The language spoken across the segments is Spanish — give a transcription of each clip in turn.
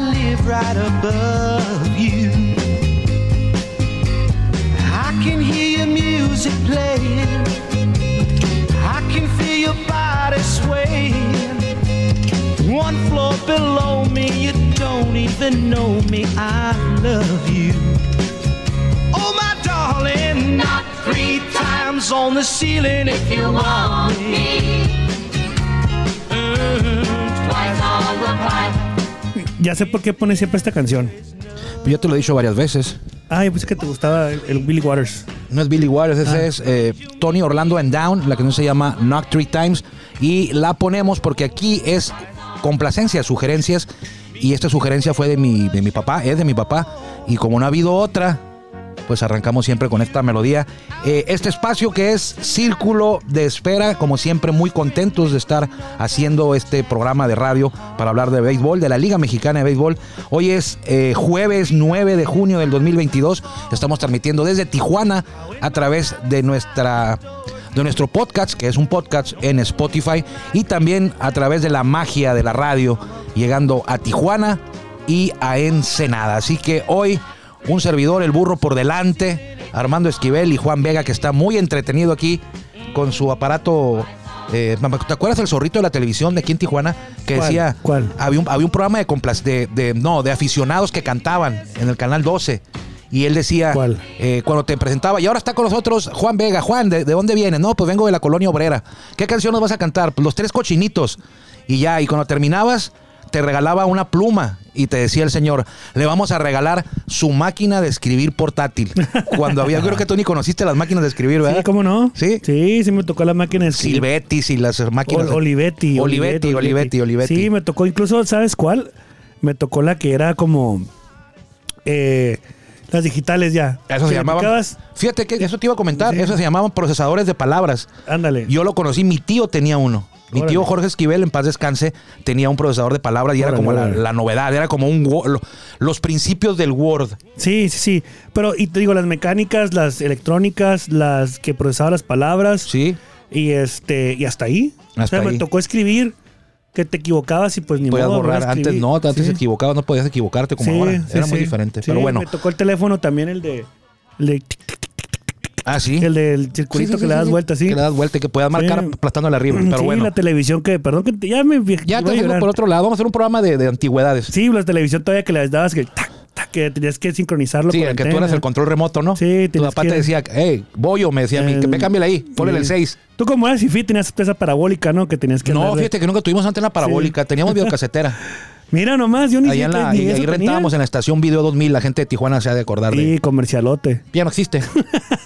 live right above you. I can hear your music playing. I can feel your body swaying. One floor below me, you don't even know me. I love you. Oh, my darling, knock three times on the ceiling if you want me. Twice on the pipe. Ya sé por qué pones siempre esta canción. Pues Yo te lo he dicho varias veces. Ah, yo pensé que te gustaba el, el Billy Waters. No es Billy Waters, ese es eh, Tony Orlando and Down, la canción se llama Knock Three Times. Y la ponemos porque aquí es complacencia, sugerencias. Y esta sugerencia fue de mi, de mi papá, es de mi papá. Y como no ha habido otra, pues arrancamos siempre con esta melodía. Eh, este espacio que es Círculo de Espera, como siempre muy contentos de estar haciendo este programa de radio para hablar de béisbol, de la Liga Mexicana de Béisbol. Hoy es eh, jueves 9 de junio del 2022. Estamos transmitiendo desde Tijuana a través de nuestra de nuestro podcast, que es un podcast en Spotify, y también a través de la magia de la radio, llegando a Tijuana y a Ensenada. Así que hoy un servidor, el burro por delante, Armando Esquivel y Juan Vega, que está muy entretenido aquí con su aparato. eh, ¿Te acuerdas del zorrito de la televisión de aquí en Tijuana? Que ¿Cuál? decía. ¿Cuál? Había un, había un programa de, complas- de, de- no, de aficionados que cantaban en el canal 12. Y él decía, ¿Cuál? eh, cuando te presentaba, y ahora está con nosotros Juan Vega. Juan, ¿de, de dónde vienes? No, pues vengo de la colonia obrera. ¿Qué canción nos vas a cantar? Pues los tres cochinitos. Y ya, y cuando terminabas, te regalaba una pluma. Y te decía el señor, le vamos a regalar su máquina de escribir portátil. Cuando había, yo creo que tú ni conociste las máquinas de escribir, ¿verdad? Sí, ¿cómo no? Sí. Sí, sí me tocó la máquina de escribir. Silvetis y las máquinas. Ol- Olivetti, Olivetti, Olivetti, Olivetti. Sí, me tocó incluso, ¿sabes cuál? Me tocó la que era como eh, las digitales ya. Que Eso se le llamaban. tocabas- Fíjate que eso te iba a comentar. Sí. Eso se llamaban procesadores de palabras. Ándale. Yo lo conocí, mi tío tenía uno. Mi Órale. tío Jorge Esquivel, en paz descanse, tenía un procesador de palabras y era Órale, como la, órale. la novedad, era como un Wo- lo- los principios del Word. Sí, sí, sí. Pero, y te digo, las mecánicas, las electrónicas, las que procesaba las palabras. Sí. Y este, y hasta ahí. o Hasta sea, me ahí. tocó escribir que te equivocabas y pues ni Podías modo. volver a borrar. Antes escribir. no, antes Sí. te equivocabas, no podías equivocarte como Sí, ahora. sí, era muy sí. diferente. Sí, pero bueno. Me tocó el teléfono también, el de. El, de- Ah, sí. el del circulito Sí, sí, que le sí, das sí. vuelta, sí. Que le das vuelta y que puedas marcar Sí. aplastándole arriba. Mm, Pero sí, bueno. la televisión que, perdón, que te- ya me Ya iba a te digo llorar. por otro lado. Vamos a hacer un programa de, de antigüedades. Sí, Sí, la televisión todavía que le dabas que, tac, tac, que tenías que sincronizarlo con el el que tú tren, eras ¿eh? el control remoto, ¿no? Sí, Tu tenías papá que- te decía, hey, Boyo, me decía a mí, que El- me cámbiale ahí, ponle el Sí. 6. Tú como eras y tenías esa parabólica, ¿no? Que tenías que No, andar de- fíjate que nunca tuvimos antena parabólica, teníamos videocasetera. Mira nomás, yo ni Allá en la- siquiera- ni y eso ahí tenía. rentábamos en la estación Video 2000, la gente de Tijuana se ha de acordar de... Sí, comercialote. Ya no existe,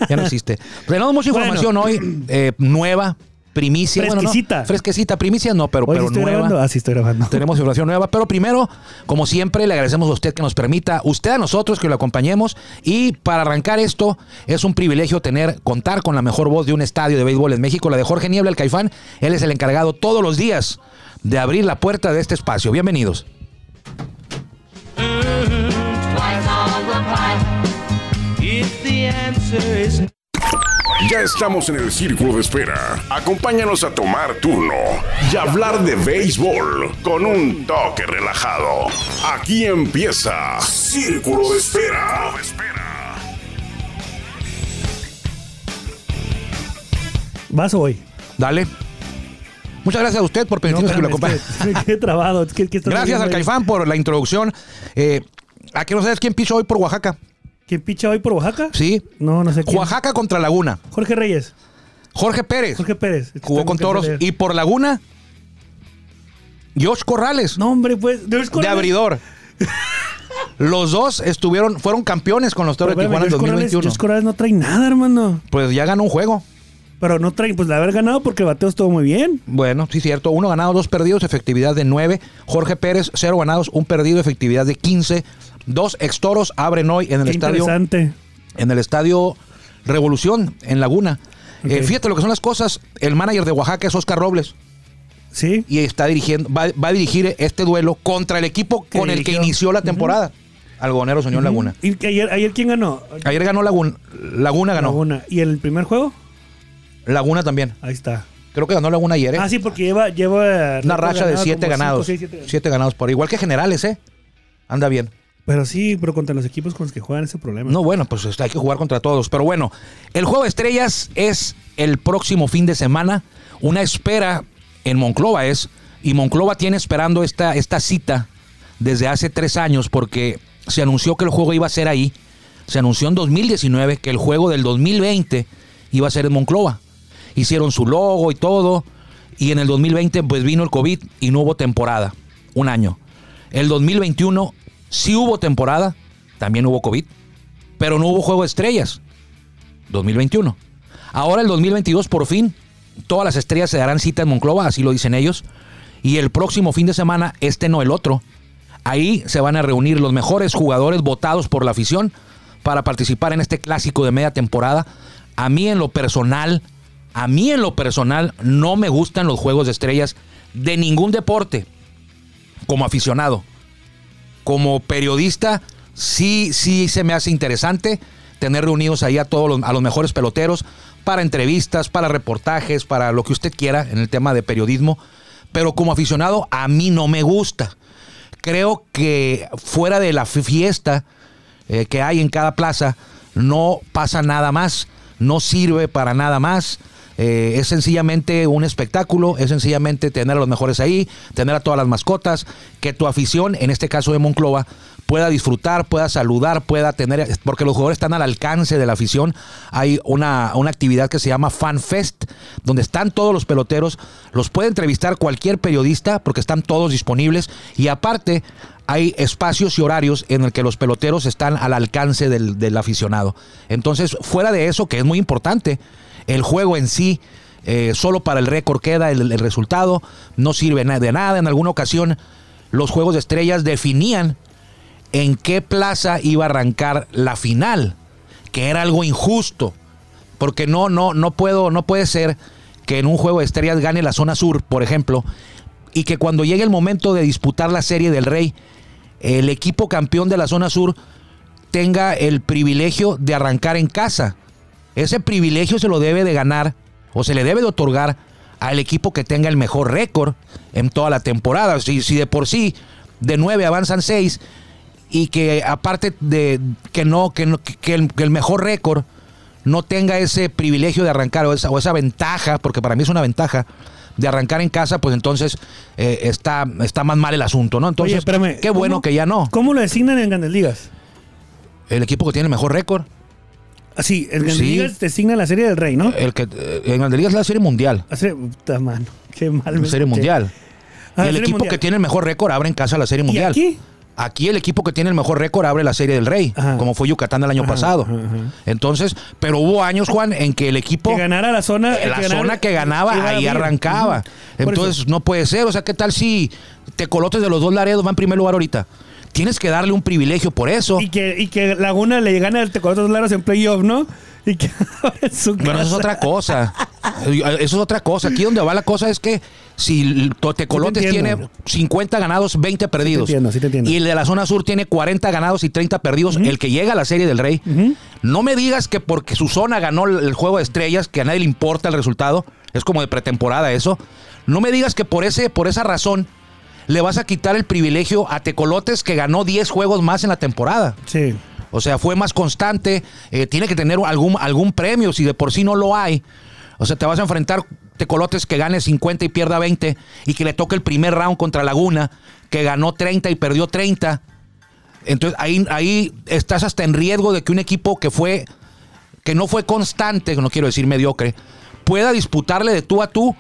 ya no existe. Pues Tenemos mucha Bueno. información hoy, eh, nueva, primicia. bueno, no, Fresquecita. fresquecita, primicia no, pero, Hoy sí pero estoy nueva. grabando. Ah, sí, estoy grabando. Tenemos información nueva, pero primero, como siempre, le agradecemos a usted que nos permita, usted a nosotros que lo acompañemos. Y para arrancar esto, es un privilegio tener, contar con la mejor voz de un estadio de béisbol en México, la de Jorge Niebla, el Caifán. Él es el encargado todos los días de abrir la puerta de este espacio. Bienvenidos. If the answer is Ya estamos en el círculo de espera. Acompáñanos a tomar turno y hablar de béisbol con un toque relajado. Aquí empieza Círculo de Espera. Vas hoy. Dale. Muchas gracias a usted por permitirnos que lo acompañe. Qué trabado. es que- es que estás Gracias viendo al ahí. Caifán por la introducción. Eh, ¿A qué no sabes quién pichó hoy por Oaxaca? ¿Quién picha hoy por Oaxaca? Sí. No, no sé quién. Oaxaca contra Laguna. Jorge Reyes. Jorge Pérez. Jorge Pérez. Es que jugó tengo con que toros. leer. Y por Laguna, Josh Corrales, No, hombre, pues. George de Corrales- abridor. Los dos estuvieron, fueron campeones con los Pero toros de espérame, Tijuana en George Corrales- 2021. George Corrales no trae nada, hermano. Pues ya ganó un juego. Pero no trae, pues de haber ganado porque el bateo estuvo muy bien. Bueno, sí, cierto. Uno ganado, dos perdidos, efectividad de 9. Jorge Pérez, cero ganados, un perdido, efectividad de 15. Dos extoros abren hoy en el Qué estadio. interesante. en el estadio Revolución, en Laguna. Eh, Ok. fíjate lo que son las cosas. El manager de Oaxaca es Oscar Robles Sí. y está dirigiendo, va, va a dirigir este duelo contra el equipo Que con el dirigió. que inició la temporada. Algoneros Unión Laguna. ¿Y que ayer, ayer quién ganó? Ayer ganó Laguna. Laguna ganó. Laguna. Laguna. ¿Y el primer juego? también. Ahí está. Creo que ganó Laguna ayer. ¿eh? Ah, sí, porque lleva, lleva Una racha de siete ganados. Siete siete ganados por igual que generales, ¿eh? Anda bien. Pero sí, pero contra los equipos con los que juegan ese problema. No, bueno, pues este, hay que jugar contra todos. Pero bueno, el juego de estrellas es el próximo fin de semana. Una espera en Monclova es. Y Monclova tiene esperando esta, esta cita desde hace tres años porque se anunció que el juego iba a ser ahí. Se anunció en 2019 que el juego del 2020 iba a ser en Monclova. Hicieron su logo y todo. Y en el 2020 pues vino el COVID y no hubo temporada. Un año. El 2021 sí hubo temporada. También hubo COVID. Pero no hubo juego de estrellas. 2021. Ahora el 2022 por fin. Todas las estrellas se darán cita en Monclova, así lo dicen ellos. Y el próximo fin de semana, este no el otro, Ahí se van a reunir los mejores jugadores votados por la afición para participar en este clásico de media temporada. A mí en lo personal, a mí en lo personal no me gustan los juegos de estrellas de ningún deporte. Como aficionado, como periodista, sí, sí se me hace interesante tener reunidos ahí a todos los, a los mejores peloteros para entrevistas, para reportajes, para lo que usted quiera en el tema de periodismo. Pero como aficionado, a mí no me gusta creo que fuera de la fiesta eh, que hay en cada plaza, no pasa nada más, no sirve para nada más. Eh, es sencillamente un espectáculo, es sencillamente tener a los mejores ahí, tener a todas las mascotas, que tu afición, en este caso de Monclova, pueda disfrutar, pueda saludar, pueda tener, porque los jugadores están al alcance de la afición. Hay una, una actividad que se llama Fan Fest, donde están todos los peloteros, los puede entrevistar cualquier periodista, porque están todos disponibles, y aparte hay espacios y horarios en el que los peloteros están al alcance del, del aficionado. Entonces, fuera de eso, que es muy importante, el juego en sí, eh, solo para el récord queda el, el resultado, no sirve na- de nada. En alguna ocasión, los Juegos de Estrellas definían en qué plaza iba a arrancar la final, que era algo injusto, porque no, no, no puedo, no puede ser que en un juego de estrellas gane la zona sur, por ejemplo, y que cuando llegue el momento de disputar la serie del Rey, el equipo campeón de la zona sur tenga el privilegio de arrancar en casa. Ese privilegio se lo debe de ganar o se le debe de otorgar al equipo que tenga el mejor récord en toda la temporada. Si, si de por sí de 9 avanzan 6 y que aparte de que no, que, no- que- que el, que el mejor récord no tenga ese privilegio de arrancar o esa, o esa ventaja, porque para mí es una ventaja de arrancar en casa, pues entonces eh, está, está más mal el asunto, ¿no? Entonces, Oye, espérame. qué bueno ¿cómo- que ya no. ¿Cómo lo designan en Grandes Ligas? El equipo que tiene el mejor récord, Así, en Grandes Sí. Ligas designa la Serie del Rey, ¿no? el que eh, en Grandes Ligas es la serie mundial. Hace, puta mano, qué mal. me La escuché. Serie Mundial. Este, Ah, el Serie equipo Mundial. que tiene el mejor récord abre en casa la Serie Mundial. aquí? Aquí el equipo que tiene el mejor récord abre la Serie del Rey, Ajá. como fue Yucatán el año pasado. Entonces, pero hubo años, Juan, en que el equipo... Que ganara la zona. la ganara- zona que ganaba, iba a ahí abrir. arrancaba. Ujú. Por Entonces, eso. no puede ser. O sea, ¿qué tal si te colotes de los dos Laredos va en primer lugar ahorita? Tienes que darle un privilegio por eso. Y que, y que Laguna le gana al Tecolotos Laros en playoff, ¿no? Y que ahora en su Bueno, eso es casa- otra cosa. Eso es otra cosa. Aquí donde va la cosa es que si el Totecolotes Sí te entiendo. tiene 50 ganados, 20 perdidos. entiendo, sí te entiendo. Y el de la zona sur tiene 40 ganados y 30 perdidos, el que llega a la serie del Rey. No me digas que porque su zona ganó el juego de estrellas, que a nadie le importa el resultado, es como de pretemporada eso. No me digas que por ese por esa razón le vas a quitar el privilegio a Tecolotes que ganó 10 juegos más en la temporada. Sí. O sea, fue más constante, eh, tiene que tener algún, algún premio, si de por sí no lo hay. O sea, te vas a enfrentar tecolotes que gane 50 y pierda 20 y que le toque el primer round contra Laguna, que ganó 30 y perdió 30. Entonces ahí, ahí estás hasta en riesgo de que un equipo que fue que no fue constante, no quiero decir mediocre, pueda disputarle de tú a tú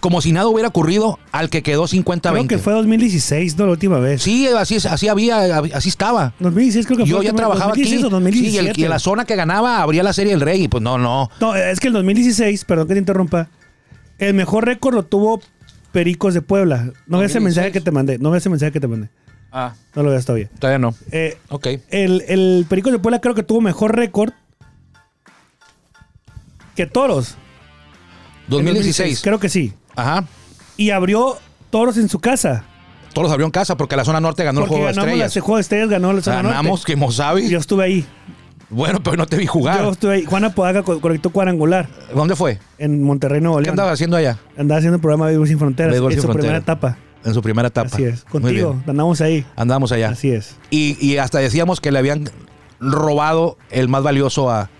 como si nada hubiera ocurrido al que quedó 50-20. Creo que fue 2016, ¿no? La última vez. Sí, así, es- así había, así estaba. 2016 creo que fue. Yo ya el tema- trabajaba 2016 aquí. o Sí, y, 2017. el, y en la zona que ganaba abría la serie el Rey. Y pues no, no. No, es que el 2016, perdón que te interrumpa, el mejor récord lo tuvo Pericos de Puebla. No veas ese 2016. mensaje que te mandé, no veas ese mensaje que te mandé. Ah, No lo veas todavía. todavía no. Eh, Ok. el, el Pericos de Puebla creo que tuvo mejor récord que Toros. En 2016. Creo que sí. Ajá. Y abrió Toros en su casa. Todos los abrió en casa porque la zona norte ganó porque el juego de ganamos estrellas. Ah, ese juego de estrellas, ganó la zona Ganamos norte. que Mosavi. Yo estuve ahí. Bueno, pero no te vi jugar. Yo estuve ahí. Juana Podaca co- conectó cuadrangular ¿Dónde fue? en Monterrey, Nuevo León. ¿Qué andabas haciendo allá? Andaba haciendo el programa Béisbol Sin Fronteras. Béisbol en Sin su primera Fronteras. etapa. en su primera etapa. Así es. Muy Contigo, bien. Ah, andamos ahí. Andamos allá. Así es. Y, y hasta decíamos que le habían robado el más valioso a,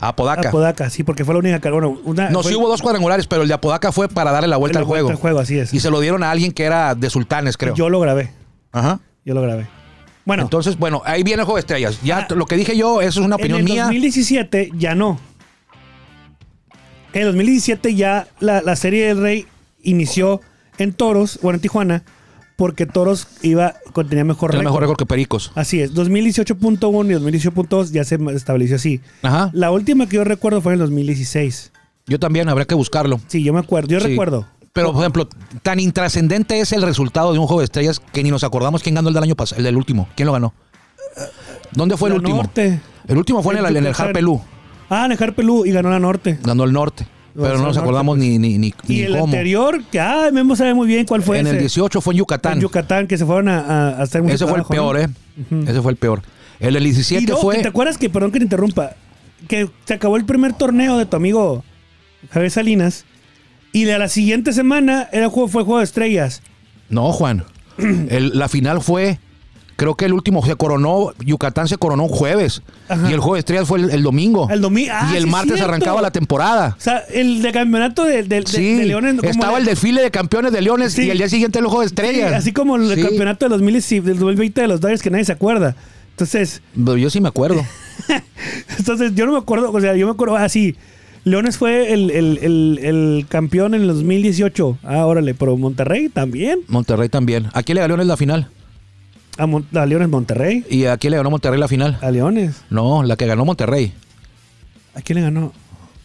a Apodaca. Apodaca, sí, porque fue la única. que- Bueno, una. No, fue- sí hubo dos cuadrangulares, pero el de Apodaca fue para darle la vuelta, La al, juego. vuelta al juego, así es. Y se lo dieron a alguien que era de Sultanes, creo. Yo lo grabé. Ajá. Yo lo grabé. Bueno, Entonces, bueno, ahí viene el juego de estrellas. Ya lo que dije yo, eso es una en opinión el mía. 2017 ya no. En el 2017 ya la, la serie del Rey inició en Toros, bueno, en Tijuana, porque Toros iba, con- tenía mejor Tiene récord. mejor récord que Pericos. Así es, 2018.1 y 2018.2 ya se estableció así. Ajá. La última que yo recuerdo fue en el 2016. Yo también, habrá que buscarlo. Sí, yo me acuerdo, yo Sí. recuerdo. Pero, por ejemplo, tan intrascendente es el resultado de un juego de estrellas que ni nos acordamos quién ganó el del año pasado, el del último. ¿Quién lo ganó? ¿Dónde fue el La último? Norte. El último fue en el, en el Harpelú. Ah, en el Harpelú y ganó la Norte. Ganó el norte. Ganó Pero el no nos norte, acordamos pues. ni, ni, ni, Y ni el cómo. anterior, que ah, Memo sabe muy bien cuál fue en el ese. 18 fue en Yucatán. En Yucatán, que se fueron a, a- a hacer mucho Ese fue el trabajo, ¿no? peor, ¿eh? Ese fue el peor. El del Y 17 no, que fue. ¿Te acuerdas que, perdón que te interrumpa, que se acabó el primer torneo de tu amigo Javier Salinas y de la siguiente semana era juego, fue Juego de Estrellas? No, Juan. El- la final fue. Creo que el último se coronó. Yucatán se coronó un jueves. Ajá. Y el juego de estrellas fue el, el domingo. El domi- ah, y el sí es martes cierto. arrancaba la temporada. O sea, el de campeonato de, de, de- sí, de Leones. como estaba de- el desfile de campeones de Leones Sí. y el día siguiente el juego de sí, estrellas. Así como el Sí. campeonato del 2010 del 2020 de los Dodgers que nadie se acuerda. Entonces, Pero Yo sí me acuerdo. entonces yo no me acuerdo, o sea, yo me acuerdo así. Leones fue el, el- el- el campeón en el 2018. Ah, órale, pero Monterrey también. Monterrey también. ¿A quién le ganó Leones la final? A, Mon- a Leones Monterrey. ¿Y a quién le ganó Monterrey la final? A Leones. No, la que ganó Monterrey. ¿A quién le ganó?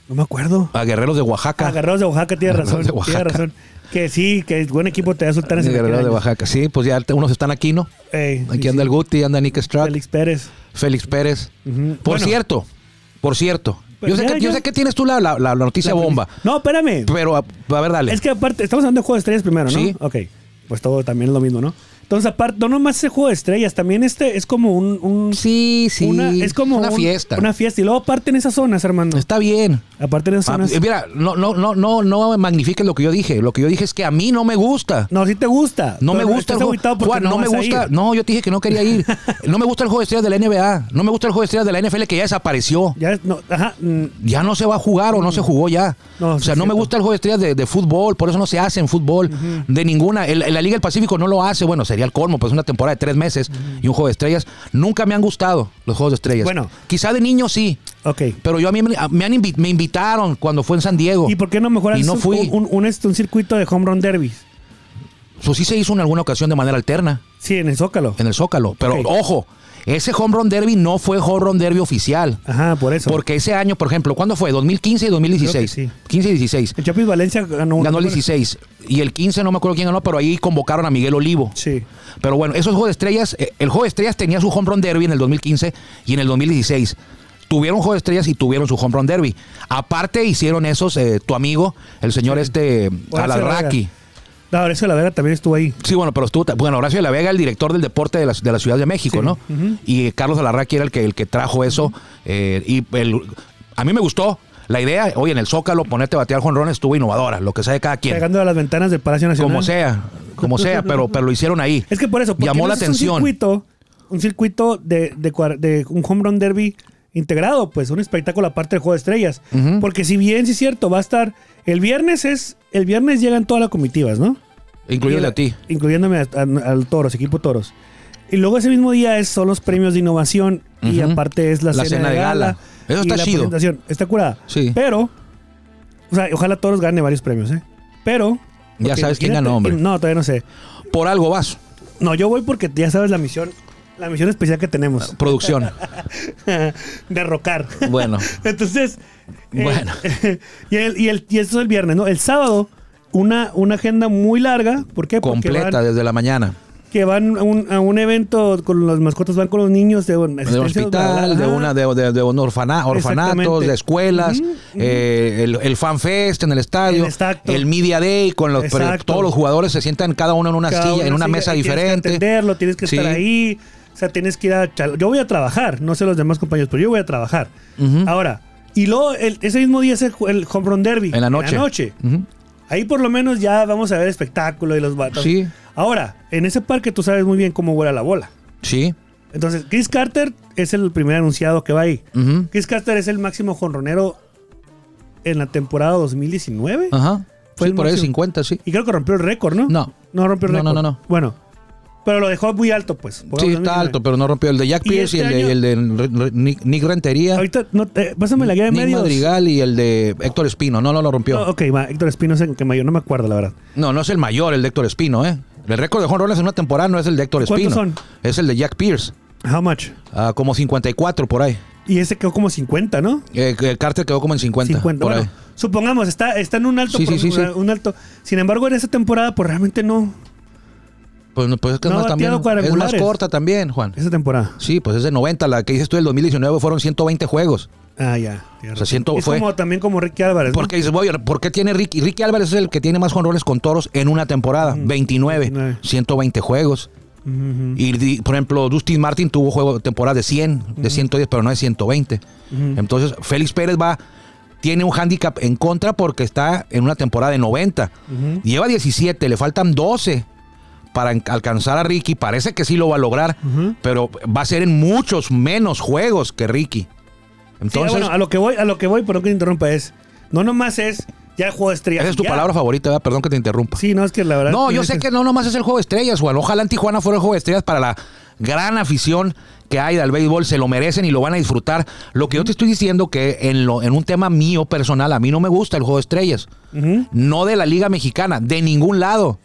No me acuerdo. A Guerreros de Oaxaca. A Guerreros de Oaxaca, tienes Guerreros razón. de Oaxaca. Tienes razón. Que sí, que buen equipo te da sultanes. De en Guerreros de aquel año. Oaxaca. Sí, pues ya te- unos están aquí, ¿no? Ey, sí, Aquí sí. anda el Guti, anda Nick Strack, Félix, Félix Pérez. Pérez. Ujú. Por Bueno. cierto, por cierto. Pues yo, sé ya, que, yo ya. sé que tienes tú la, la- la noticia bomba. No, espérame. Pero, a, a ver, dale. Es que aparte, estamos hablando de juego de estrellas primero, ¿no? Sí. Ok. Pues todo también es lo mismo, ¿no? Entonces, aparte, no nomás es juego de estrellas, también este es como un. un sí, sí. una, es como una un- fiesta. Una fiesta. Y luego, aparte en esas zonas, hermano. Está bien. Aparte en esas Ah, zonas. mira, no, no, no, no, no magnifiques lo que yo dije. Lo que yo dije es que a mí no me gusta. No, sí te gusta. No me pero gusta el estás juego. agüitado porque Juan, no, me vas a gusta. ir. No, yo te dije que no quería ir. No me gusta el juego de estrellas de la NBA. No me gusta el juego de estrellas de la NFL que ya desapareció. Ya, no, ajá. mm, Ya no se va a jugar o no se jugó ya. No, o sí sea, es no me cierto. gusta el juego de estrellas de, de fútbol, por eso no se hace en fútbol de ninguna. El- la Liga del Pacífico no lo hace. Bueno, sería el colmo, pues una temporada de tres meses y un juego de estrellas. Nunca me han gustado los juegos de estrellas. Bueno. quizá de niño sí, Ok. pero yo a mí me, a- me han invi- me invitaron cuando fue en San Diego. ¿Y por qué no mejoras Y no un- fui. Un, un- un- este, un circuito de home run derbies? Pues sí se hizo en alguna ocasión de manera alterna. Sí, en el Zócalo. en el Zócalo. Pero Ok. ojo, ese home run derby no fue home run derby oficial. Ajá, por Ah, eso. Porque ese año, por ejemplo, ¿cuándo fue? 2015 y 2016. Creo que sí. 15 y 16. el Chapis Valencia ganó, un- Ganó el 16. Y el 15 no me acuerdo quién ganó, pero ahí convocaron a Miguel Olivo. Sí. Pero bueno, esos juegos de estrellas, eh, el juego de estrellas tenía su home run derby en el 2015 y en el 2016. Tuvieron juego de estrellas y tuvieron su home run derby. Aparte hicieron esos, eh, tu amigo, el señor este, Horacio Alarraqui. No, Horacio de la Vega también estuvo ahí. Sí, bueno, pero estuvo. ta- Bueno, Horacio de la Vega, el director del deporte de la, de la Ciudad de México, Sí, ¿no? Y Carlos Alarraqui era el que, el que trajo eso. eh, y el- a mí me gustó la idea. Oye, en el Zócalo, ponerte a batear jonrones estuvo innovadora, lo que sea de cada quien. Pegando a las ventanas del Palacio Nacional. Como sea, como sea, pero, pero lo hicieron ahí. Es que por eso. ¿por qué Llamó no la haces atención. Un circuito, un circuito de, de, cuar- de un home run derby integrado, pues un espectáculo aparte del juego de estrellas. Porque si bien, sí es cierto, va a estar. El viernes es. El viernes llegan todas las comitivas, ¿no? Incluyéndole a ti. Incluyéndome a- a- al Toros, equipo Toros. Y luego ese mismo día es, son los premios de innovación y Ujú. aparte es la, cena, de gala. Eso y está la chido. presentación. Está curada. Sí. Pero, o sea, ojalá Toros gane varios premios, ¿eh? Pero... Ya porque sabes quién imagínate- ganó, hombre. No, todavía no sé. Por algo vas. No, yo voy porque ya sabes la misión, la misión especial que tenemos. Producción. Derrocar. Bueno. Entonces. eh, Bueno. y, el, y, el, y esto es el viernes, ¿no? El sábado, una, una agenda muy larga. ¿Por qué? Porque Completa van- desde la mañana. que van a un, a un evento con las mascotas, van con los niños de un De un hospital, de, una, de, de- de un orfana- orfanatos, Exactamente. de escuelas, eh, el, el fan fest en el estadio, El exacto. el media day con los pero Exacto. todos los jugadores se sientan cada uno en una silla, en una mesa Tienes que diferente. entenderlo, tienes que Sí. estar ahí. O sea, tienes que ir a. chal- Yo voy a trabajar, no sé los demás compañeros, pero yo voy a trabajar. Ahora, y luego el- ese mismo día es el, ju- el home run derby. En la noche. Ujú. Ahí por lo menos ya vamos a ver espectáculo y los vatos. Sí. Ahora, en ese parque tú sabes muy bien cómo vuela la bola. Sí. Entonces, Chris Carter es el primer anunciado que va ahí. Ujú. Chris Carter es el máximo jonronero en la temporada 2019. Ajá. Fue Sí, el por ahí de máximo. 50, sí. Y creo que rompió el récord, ¿no? No. No rompió el No, récord. no, no, no. Bueno, pero lo dejó muy alto, pues. Sí, está alto, pero no rompió el de Jack Y Pierce y, este el, de, y el de Re- Re- Nick, Nick Rentería, Ahorita, no, eh, pásame la guía de Nick medios. Madrigal y el de Héctor Espino. No, no lo rompió. No, ok, va, Héctor Espino es el que mayor, no me acuerdo, la verdad. No, no es el mayor, el de Héctor Espino, ¿eh? El récord de jonrones en una temporada no es el de Héctor ¿Cuántos Espino. son? Es el de Jack Pierce. How much? ah, como 54 por ahí. Y ese quedó como 50, ¿no? Eh, que Carter quedó como en 50. 50. por Bueno, ahí. supongamos, está, está en un alto, Sí, sí, sí, sí. un alto. Sin embargo, en esa temporada, pues realmente no. Pues, no, pues es que No es, más, ha también, bateado es más cuadrangulares. corta también, Juan. Esa temporada. Sí, pues es de 90. La que dices tú del 2019 fueron 120 juegos. Ah, ya. tienes O sea, razón. siento- es fue- como también como Ricky Álvarez. Pues ¿no? Porque dices, voy, ¿por qué tiene Ricky? Ricky Álvarez es el que tiene más jonrones con toros en una temporada. Mm, 29, 29. 120 juegos. Y di- por ejemplo, Dustin Martin tuvo juego temporada de 100, de 110, pero no de 120. Entonces, Félix Pérez va tiene un hándicap en contra porque está en una temporada de 90. Lleva 17, le faltan 12 para en- alcanzar a Ricky. Parece que sí lo va a lograr, pero va a ser en muchos menos juegos que Ricky. Sí, Entonces, bueno, a lo que voy, a lo que voy, pero que te interrumpa es. No nomás es ya el juego de estrellas. esa es tu ya. palabra favorita, ¿verdad? perdón que te interrumpa. Sí, no, es que la verdad. No, yo sé que no nomás es el juego de estrellas, Juan. Ojalá en Tijuana fuera el juego de estrellas para la gran afición que hay del béisbol. Se lo merecen y lo van a disfrutar. Lo que yo te estoy diciendo que en, lo, en un tema mío personal, a mí no me gusta el juego de estrellas. No de la Liga Mexicana, de ningún lado.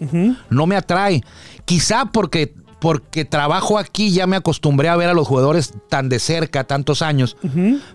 No me atrae. Quizá porque... Porque trabajo aquí, ya me acostumbré a ver a los jugadores tan de cerca, tantos años.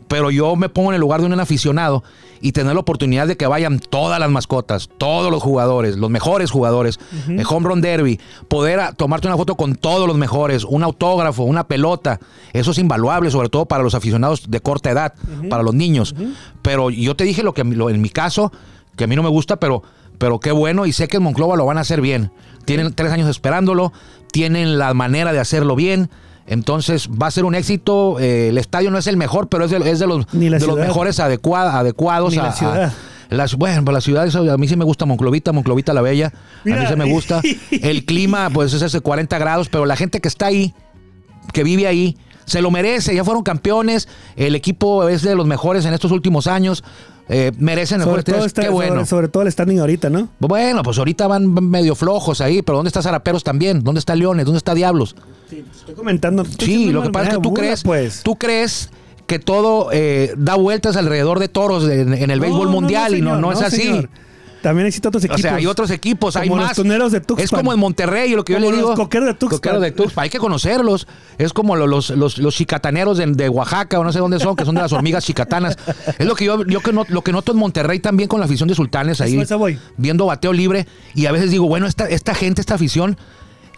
Pero yo me pongo en el lugar de un aficionado y tener la oportunidad de que vayan todas las mascotas, todos los jugadores, los mejores jugadores, el home run derby, poder a- tomarte una foto con todos los mejores, un autógrafo, una pelota, eso es invaluable, sobre todo para los aficionados de corta edad, para los niños. Pero yo te dije lo que a mí- lo- en mi caso, que a mí no me gusta, pero, pero qué bueno y sé que en Monclova lo van a hacer bien. Tienen tres años esperándolo, tienen la manera de hacerlo bien. Entonces va a ser un éxito. eh, el estadio no es el mejor, pero es de, es de los, Ni la de los ciudad. mejores adecua- adecuados. Ni la ciudad. las, bueno, pues la ciudad, eso, a mí sí me gusta Monclovita, Monclovita la Bella. a mí Mira. sí me gusta. El clima, pues es ese 40 grados, pero la gente que está ahí, que vive ahí, se lo merece. Ya fueron campeones. El equipo es de los mejores en estos últimos años. eh, merecen el Sobre mejor todo, estrellas. está, Qué bueno. sobre, sobre todo el standing ahorita, ¿no? Bueno, pues ahorita van medio flojos ahí, pero ¿dónde está Zaraperos también? ¿Dónde está Leones? ¿Dónde está Diablos? Sí, estoy comentando. estoy Sí, haciendo lo que una pasa es que tú burla, crees, Pues. tú crees que todo eh, da vueltas alrededor de toros en, en el No, béisbol no, mundial y no, señor, no es así. señor. También existen otros O equipos. sea, hay otros e- equipos, hay Como más. los tuneros de Tuxpan. Es como en Monterrey, lo que yo Como le los digo. coqueros de Tuxpan. Coqueros de Tuxpan, Hay que conocerlos. Es como lo- los, los, los chicataneros de, de Oaxaca o no sé dónde son, que son de las hormigas chicatanas. Es lo que yo, yo que no- lo que noto en Monterrey también con la afición de sultanes ahí. Eso, eso voy. Viendo bateo libre. Y a veces digo, bueno, esta, esta gente, esta afición,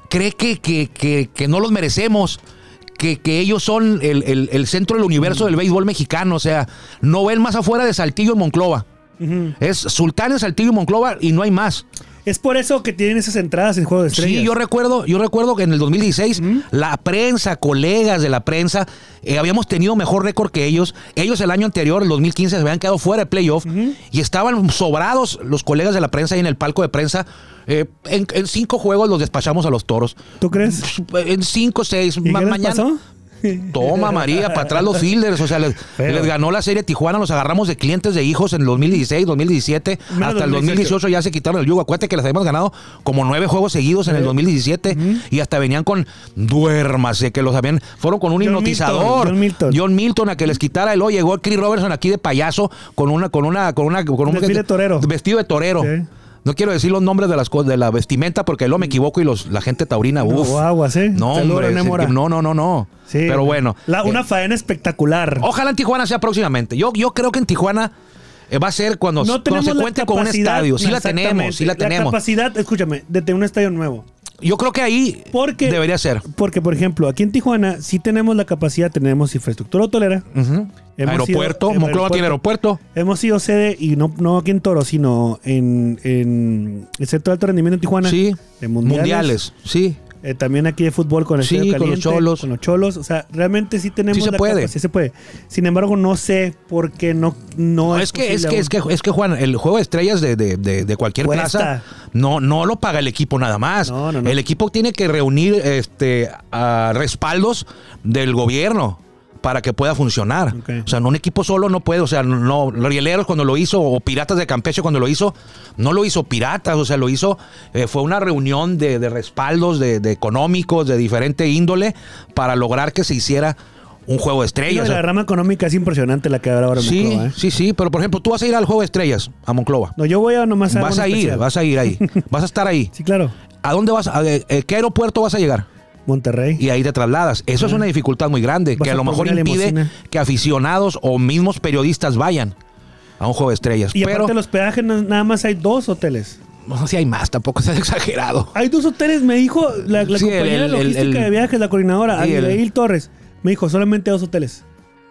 cree que, que, que, que no los merecemos. Que, que ellos son el, el- el centro del universo del béisbol mexicano. O sea, no ven más afuera de Saltillo y Monclova. Es Sultanes, Saltillo y Monclova y no hay más. Es por eso que tienen esas entradas en Juego de Estrellas. Sí, yo recuerdo, yo recuerdo que en el 2016 la prensa, colegas de la prensa, eh, habíamos tenido mejor récord que ellos. Ellos el año anterior, el 2015, se habían quedado fuera de playoff y estaban sobrados los colegas de la prensa ahí en el palco de prensa. Eh, en, en cinco juegos los despachamos a los toros. Pues, ¿Tú crees? En cinco, seis, ¿Y ma- qué les mañana. pasó? Toma María, para atrás los fielders, o sea, les, Feo. les ganó la serie Tijuana, los agarramos de clientes de hijos en 2016, 2017, Menos hasta el 2018. 2018 ya se quitaron el yugo, acuérdate que les habíamos ganado como nueve juegos seguidos en el 2017 y hasta venían con duérmase, que los habían, fueron con un John hipnotizador, Milton, John Milton. John Milton, a que les quitara el hoy, llegó Chris Robertson aquí de payaso con una, con una, con una, con un Desfile torero. vestido de torero. Sí. No quiero decir los nombres de las cosas, de la vestimenta, porque luego me equivoco y los, la gente taurina, No, uff. aguas, ¿eh? No, Te hombre, logran se- enamorar. no, no, no, no. Sí. Pero bueno. La- eh, una faena espectacular. Ojalá en Tijuana sea próximamente. Yo, yo creo que en Tijuana eh, va a ser cuando, no cuando tenemos se la cuente con un capacidad- estadio. Sí la Exactamente. tenemos, sí la tenemos. capacidad, escúchame, de tener un estadio nuevo. yo creo que ahí Porque, debería ser. Porque, por ejemplo, aquí en Tijuana sí tenemos la capacidad, tenemos infraestructura hotelera. Hemos aeropuerto, sido- eh, Monclova tiene aeropuerto. Hemos sido sede, y no, no aquí en Toro, sino en, en el sector de alto rendimiento en Tijuana. Sí. De mundiales. sí. Eh, también aquí de fútbol con el Sí, Estadio con los Caliente, Cholos. Con los cholos. O sea, realmente sí tenemos. Sí se la puede. capa- Sí se puede. Sin embargo, no sé por qué no, no, No, es que, es posible que, aún. es que, es que, Juan, el juego de estrellas de, de- de- de cualquier Cuesta. plaza no, no lo paga el equipo nada más. No, no, no. El equipo tiene que reunir este a respaldos del gobierno para que pueda funcionar. Ok. O sea, no un equipo solo no puede. O sea, no, Rieleros cuando lo hizo, o Piratas de Campeche cuando lo hizo, no lo hizo Piratas, o sea, lo hizo, eh, fue una reunión de, de respaldos, de, de económicos, de diferente índole, para lograr que se hiciera un juego Digo, de estrellas. O la sea, rama económica es impresionante la que habrá ahora en Sí, Monclova, ¿eh? sí, sí, pero por ejemplo, tú vas a ir al juego de estrellas a Monclova. No, yo voy a nomás algo vas en a ir, especial. vas a ir ahí. Vas a estar ahí. Sí, claro. ¿A dónde vas? ¿A eh, eh, qué aeropuerto vas a llegar? Monterrey. Y ahí te trasladas. Eso es una dificultad muy grande Vas que a a lo poner mejor una impide limusina. que aficionados o mismos periodistas vayan a un juego de estrellas. Y pero aparte los peajes na- nada más hay dos hoteles. no sé si hay más, tampoco seas exagerado. Hay dos hoteles, me dijo la, la Sí, el- compañera el- de logística el- de viajes, la coordinadora, Sí, el- Abigail Torres. Me dijo, solamente dos hoteles.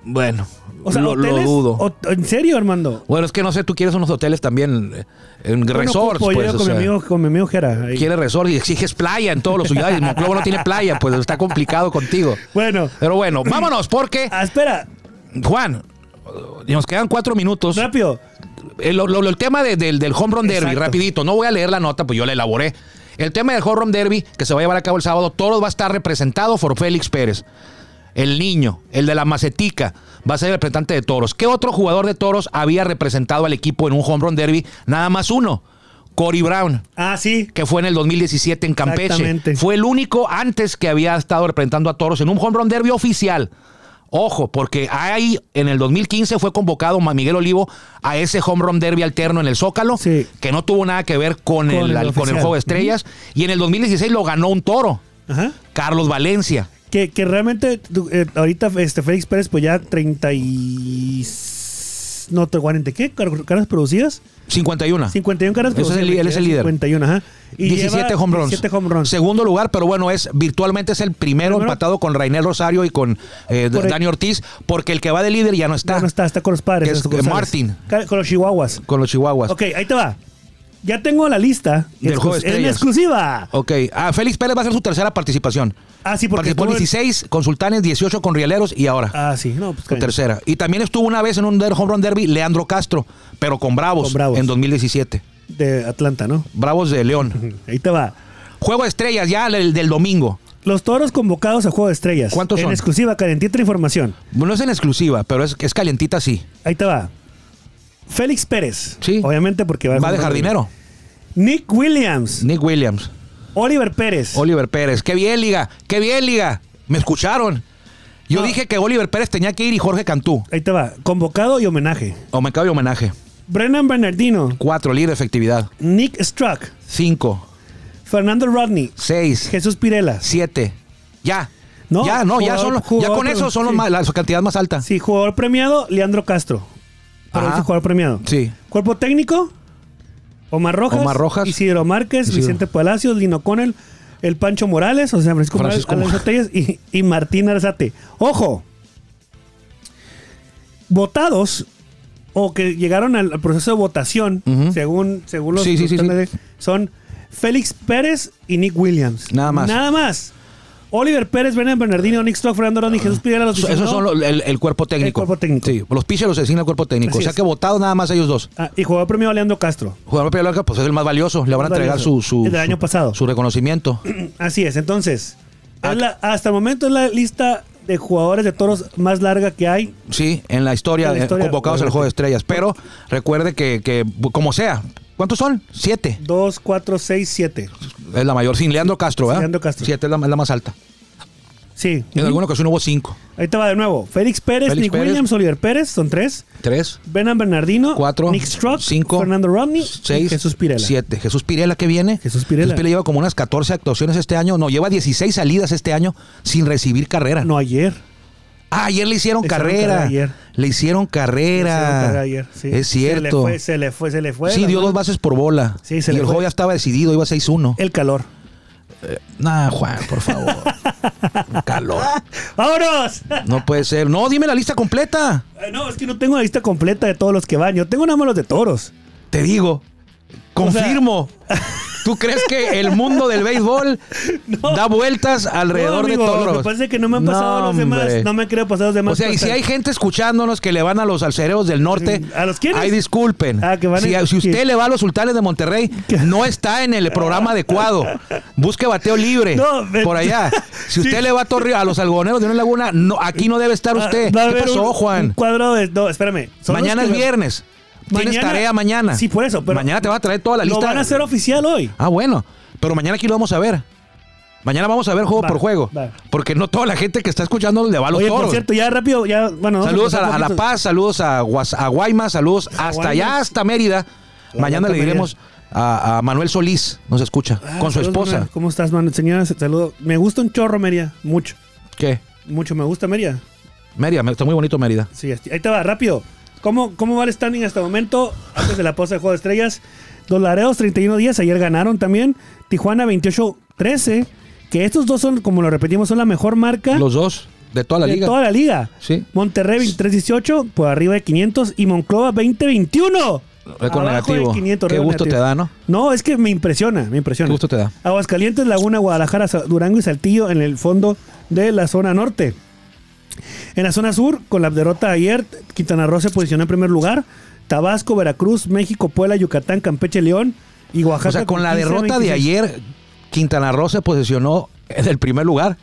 Bueno, O sea, lo, lo hoteles, dudo. o- ¿En serio, Armando? bueno, es que no sé, tú quieres unos hoteles también, eh, en Yo no resorts. ocupo, yo pues, iba o con, sea. mi amigo, con mi amigo Jera. ahí. quiere resort y exiges playa en todos los ciudades. Monclova no tiene playa, pues está complicado contigo. Bueno. Pero bueno, vámonos, porque, Ah, espera, Juan, nos quedan cuatro minutos. rápido. El, lo- lo- el tema de- del, del Home Run Derby, Exacto. rapidito, no voy a leer la nota, pues yo la elaboré. El tema del Home Run Derby, que se va a llevar a cabo el sábado, todo va a estar representado por Félix Pérez. El niño, el de la macetica, va a ser el representante de toros. ¿Qué otro jugador de toros había representado al equipo en un Home Run Derby? Nada más uno, Cory Brown Ah, sí. que fue en el 2017 en Campeche. Exactamente. Fue el único antes que había estado representando a Toros en un home run derby oficial. Ojo, porque ahí en el 2015 fue convocado Ma- Miguel Olivo a ese home run derby alterno en el Zócalo, Sí. que no tuvo nada que ver con, el, el al- con el oficial. juego de estrellas. Y en el 2016 lo ganó un toro, Ajá. Carlos Valencia. Que, que realmente tú, eh, ahorita este Félix Pérez pues ya 30 y... No, 40, ¿qué? Car- ¿Caras producidas? 51. 51 caras Ese es el producidas. li- él es el líder. 51, ajá. 17 lleva home runs. 17 home runs. Segundo lugar, pero bueno, es virtualmente es el primero, Primero. empatado con Rainel Rosario y con eh, Por el- Dani Ortiz, porque el que va de líder ya no está. Ya no está, está con los padres. Que es, está con eh, los Martin. padres. Ca- Con los chihuahuas. Con los Chihuahuas. Ok, ahí te va. Ya tengo la lista. Del Exclus- juego de En estrellas. exclusiva. Ok, ah, Félix Pérez va a ser su tercera participación. Ah, sí, porque Participó en estuvo en- 16 con Sultanes, 18 con Rieleros y ahora. Ah, sí. No, pues su tercera. Y también estuvo una vez en un der- home run derby Leandro Castro, pero con Bravos, Con Bravos. en 2017. De Atlanta, ¿no? Bravos de León. Ahí te va. Juego de estrellas ya el del domingo. Los toros convocados a Juego de Estrellas. ¿Cuántos en son? exclusiva, calentita información. No es en exclusiva, pero es, es calientita sí. Ahí te va. Félix Pérez. Sí. Obviamente porque va, Va de jardinero. Nick Williams. Nick Williams. Oliver Pérez. Oliver Pérez. Qué bien, Liga. Qué bien, Liga. Me escucharon. Yo No. dije que Oliver Pérez tenía que ir y Jorge Cantú. Ahí te va. Convocado y homenaje. O me cabe homenaje. Brennan Bernardino. Cuatro, líder de efectividad. Nick Struck. Cinco, Fernando Rodney. seis, Jesús Pirela. siete. Ya. No, ya, no, ya, jugador- son los- ya jugador- con eso son los sí. más- la cantidad más alta. Sí, jugador premiado, Leandro Castro. Pero Ajá. es el jugador premiado. Ah. Sí. Cuerpo técnico, Omar Rojas. Omar Rojas. Isidro Márquez, Isidro. Vicente Palacios, Lino Connell, el Pancho Morales, o sea, Francisco, Francisco Morales, Alonso Telles y, y Martín Arzate. ¡Ojo! Votados o que llegaron al al proceso de votación, Ujú. según, según los Sí, sí, sí, los sí. TND, son Félix Pérez y Nick Williams. Nada más. Nada más. Oliver Pérez, Brennan Bernardino, Nick Stock, Fernando Rodney, Jesús Pirela, los Esos diciendo- son los- el, el cuerpo técnico. El cuerpo técnico. Sí, los pitchers los designa el cuerpo técnico. Así o sea es. que votados nada más ellos dos. Ah, y jugador premiado Leandro Castro. Jugador de larga, pues es el más valioso. Le van a Más entregar su, valioso. su, El del su- año pasado. su reconocimiento. Así es, entonces. Ah. es la- hasta el momento es la lista de jugadores de toros más larga que hay. Sí, en la historia, En la eh, historia, convocados al obviamente. Juego de Estrellas. Pero recuerde que, que, como sea, ¿cuántos son? Siete. 2, 4, 6, 7. Es la mayor, sin Leandro Castro, ¿verdad? Sin Leandro Castro. Siete es la, es la más alta. Sí. En alguna ocasión hubo cinco. Ahí te va de nuevo. Félix Pérez, Félix Nick Pérez. Williams, Oliver Pérez, son tres. Tres. Benan Bernardino, Cuatro. Nick Struck, cinco, Fernando Rodney, Seis. y Jesús Pirela. Siete. Jesús Pirela, ¿qué viene? Jesús Pirela. lleva como unas 14 actuaciones este año. No, lleva 16 salidas este año sin recibir carrera. No, ayer. Ah, ayer le hicieron, Le hicieron carrera. carrera ayer. Le hicieron carrera. Se lo cargó ayer, sí. Se Es le cierto. fue, se le fue, se le fue. sí, la dio mano. dos bases por bola. Sí, se y le el fue. juego ya estaba decidido, iba 6-1. El calor. Nah, Juan, por favor. Calor. ¡Vámonos! No puede ser. No, dime la lista completa. Ay, no, es que no tengo la lista completa de todos los que van. Yo tengo nada más los de toros. Te digo. O sea- Confirmo. ¿Tú crees que el mundo del béisbol da vueltas alrededor No, de amigo, toros? Lo que pasa es que no me han pasado los demás. hombre. No me han querido pasar los demás. pues, ah, O sea, y si cosas. hay gente escuchándonos que le van a los alcereros del norte, ¿A los quiénes? Ay, disculpen. Ah, que van si, a- si usted que- le va a los sultanes de Monterrey, no está en el programa adecuado. Busque bateo libre No, me- por allá. Si usted Sí. le va a Torre- a los algodoneros de una laguna, no, aquí no debe estar Ah, usted. va a ¿Qué haber pasó, un- un Juan? cuadro de. No, espérame. Son los Mañana que es lo- viernes. Tienes Mañana- tarea mañana. Sí, por eso, pero- mañana te va a traer toda la Lo lista. van a hacer oficial hoy. Ah, bueno. Pero mañana aquí lo vamos a ver. Mañana vamos a ver juego Va, por juego. va. Porque no toda la gente que está escuchando le va a los Oye, toros. por cierto, ya rápido, ya. Bueno, vamos Saludos a, la- pasar a La poquito. Paz, saludos a, Guas- a Guaymas, saludos hasta allá, Guaymas. hasta Mérida. La Mañana Blanca le diremos a, a Manuel Solís, nos escucha, Ah, con su saludos, esposa. Manuel. ¿Cómo estás, Manuel? Señora, se- saludo. Me gusta un chorro, Meria. Mucho. ¿Qué? Mucho me gusta, Meria. Mérida, me- está muy bonito Mérida. Sí, así- ahí te va, rápido. ¿Cómo, ¿Cómo va el standing hasta el momento? Antes de la pausa de Juego de Estrellas. Los Laredos 31-10, ayer ganaron también. Tijuana 28-13. Que estos dos son, como lo repetimos, son la mejor marca Los dos, de toda la ¿Eh? de liga. toda la liga. Sí. Monterrey 23-18, por arriba de 500. Y Monclova 20-21. Récord Abajo negativo. de 500, Qué récord gusto te da, ¿no? No, es que me impresiona, me impresiona. Qué gusto te da. Aguascalientes, Laguna, Guadalajara, Sa- Durango y Saltillo en el fondo de la zona norte. En la zona sur, con la derrota de ayer, Quintana Roo se posicionó en primer lugar. Tabasco, Veracruz, México, Puebla, Yucatán, Campeche, León y Oaxaca. O sea, con la 15, derrota 26. de ayer, Quintana Roo se posicionó en el primer lugar.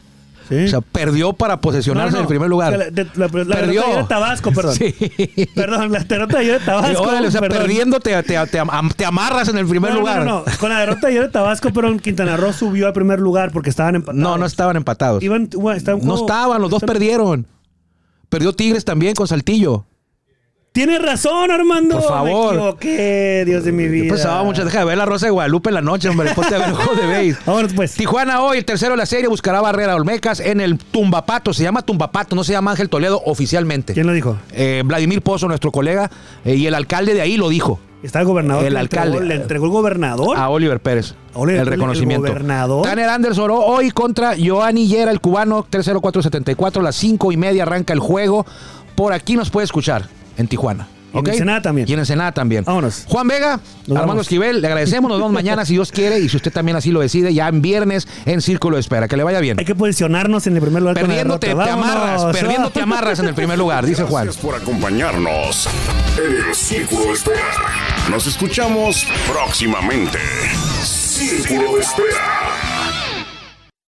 Sí. O sea, perdió para posicionarse ¿Eh? No, no, en el primer o lugar. sea, la, de- la- la Perdió. derrota de ayer de Tabasco, perdón. Sí. Perdón, la derrota de ayer de Tabasco. Órale, o sea, perdón. perdiendo te, te- te am- te amarras en el primer No, no, lugar. No, no, con la derrota de ayer de Tabasco, pero Quintana Roo subió al primer lugar porque estaban empatados. no, no estaban empatados. Iban, bueno, estaba un No juego- estaban, los dos estaba- perdieron. Perdió Tigres también con Saltillo. Tienes razón, Armando. Por favor. Me equivoqué, Dios de mi vida. ¿Qué pasaba, muchachos? Deja de ver la Rosa de Guadalupe en la noche, hombre. Ponte a ver el juego de béis. Ahora, pues. Tijuana hoy, el tercero de la serie, buscará Barrera Olmecas en el Tumbapato. Se llama Tumbapato, no se llama Ángel Toledo oficialmente. ¿Quién lo dijo? Eh, Vladimir Pozo, nuestro colega, eh, y el alcalde de ahí lo dijo Está el gobernador. El le entregó- alcalde. Ah. Le entregó el gobernador. a Oliver Pérez. Oliver, el el reconocimiento. gobernador. Tanner Anders oró hoy contra Joanny Yera, el cubano, 3-0-4-74. Las 5 y media arranca el juego. Por aquí nos puede escuchar en Tijuana. Y en ¿ok? Ensenada también. Y en Ensenada también. Vámonos. Juan Vega, Nos Armando vamos. Esquivel, le agradecemos. Nos vemos mañana si Dios quiere y si usted también así lo decide, ya en viernes en Círculo de Espera. Que le vaya bien. Hay que posicionarnos en el primer lugar. con la Perdiéndote, te derrota. amarras. Vámonos. Perdiendo, te amarras en el primer lugar, dice Juan. Gracias por acompañarnos en el Círculo de Espera. Nos escuchamos próximamente. Círculo de Espera.